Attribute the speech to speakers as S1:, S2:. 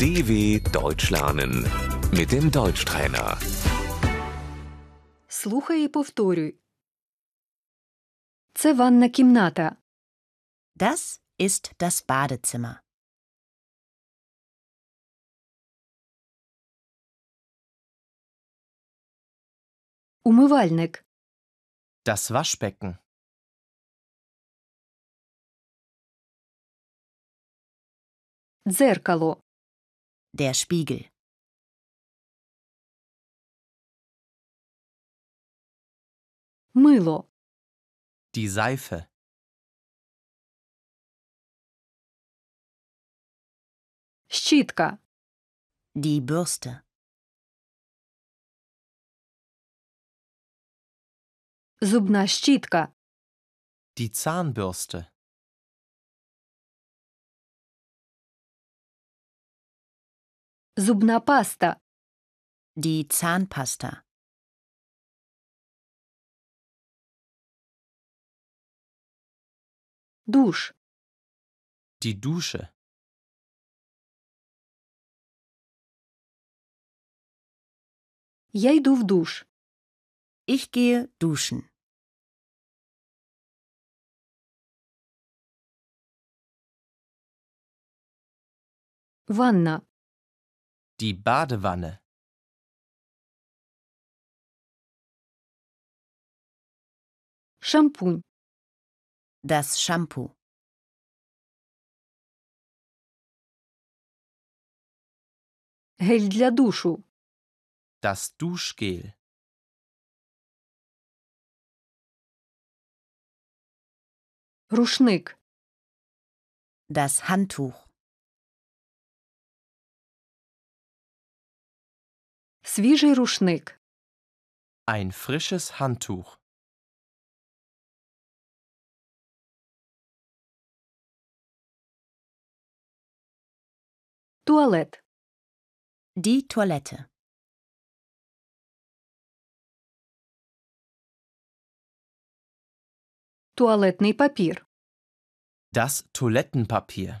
S1: DW Deutsch lernen mit dem Deutschtrainer.
S2: Слухай і повторюй. Це ванна кімната.
S3: Das ist das Badezimmer.
S2: Умивальник.
S4: Das Waschbecken.
S2: Дзеркало.
S3: Der Spiegel.
S2: Мило.
S4: Die Seife.
S2: Щітка.
S3: Die Bürste.
S2: Зубна щітка.
S4: Die Zahnbürste.
S2: Зубна паста.
S3: Die Zahnpasta.
S2: Душ.
S4: Die Dusche.
S2: Я йду в душ.
S3: Ich gehe duschen.
S2: Ванна.
S4: Die Badewanne.
S2: Шампунь.
S3: Das Shampoo.
S2: Гель для душу.
S4: Das Duschgel.
S2: Рушник.
S3: Das Handtuch.
S2: Свіжий рушник.
S4: Ein frisches Handtuch.
S2: Туалет.
S3: Die Toilette.
S2: Туалетний папір.
S4: Das Toilettenpapier.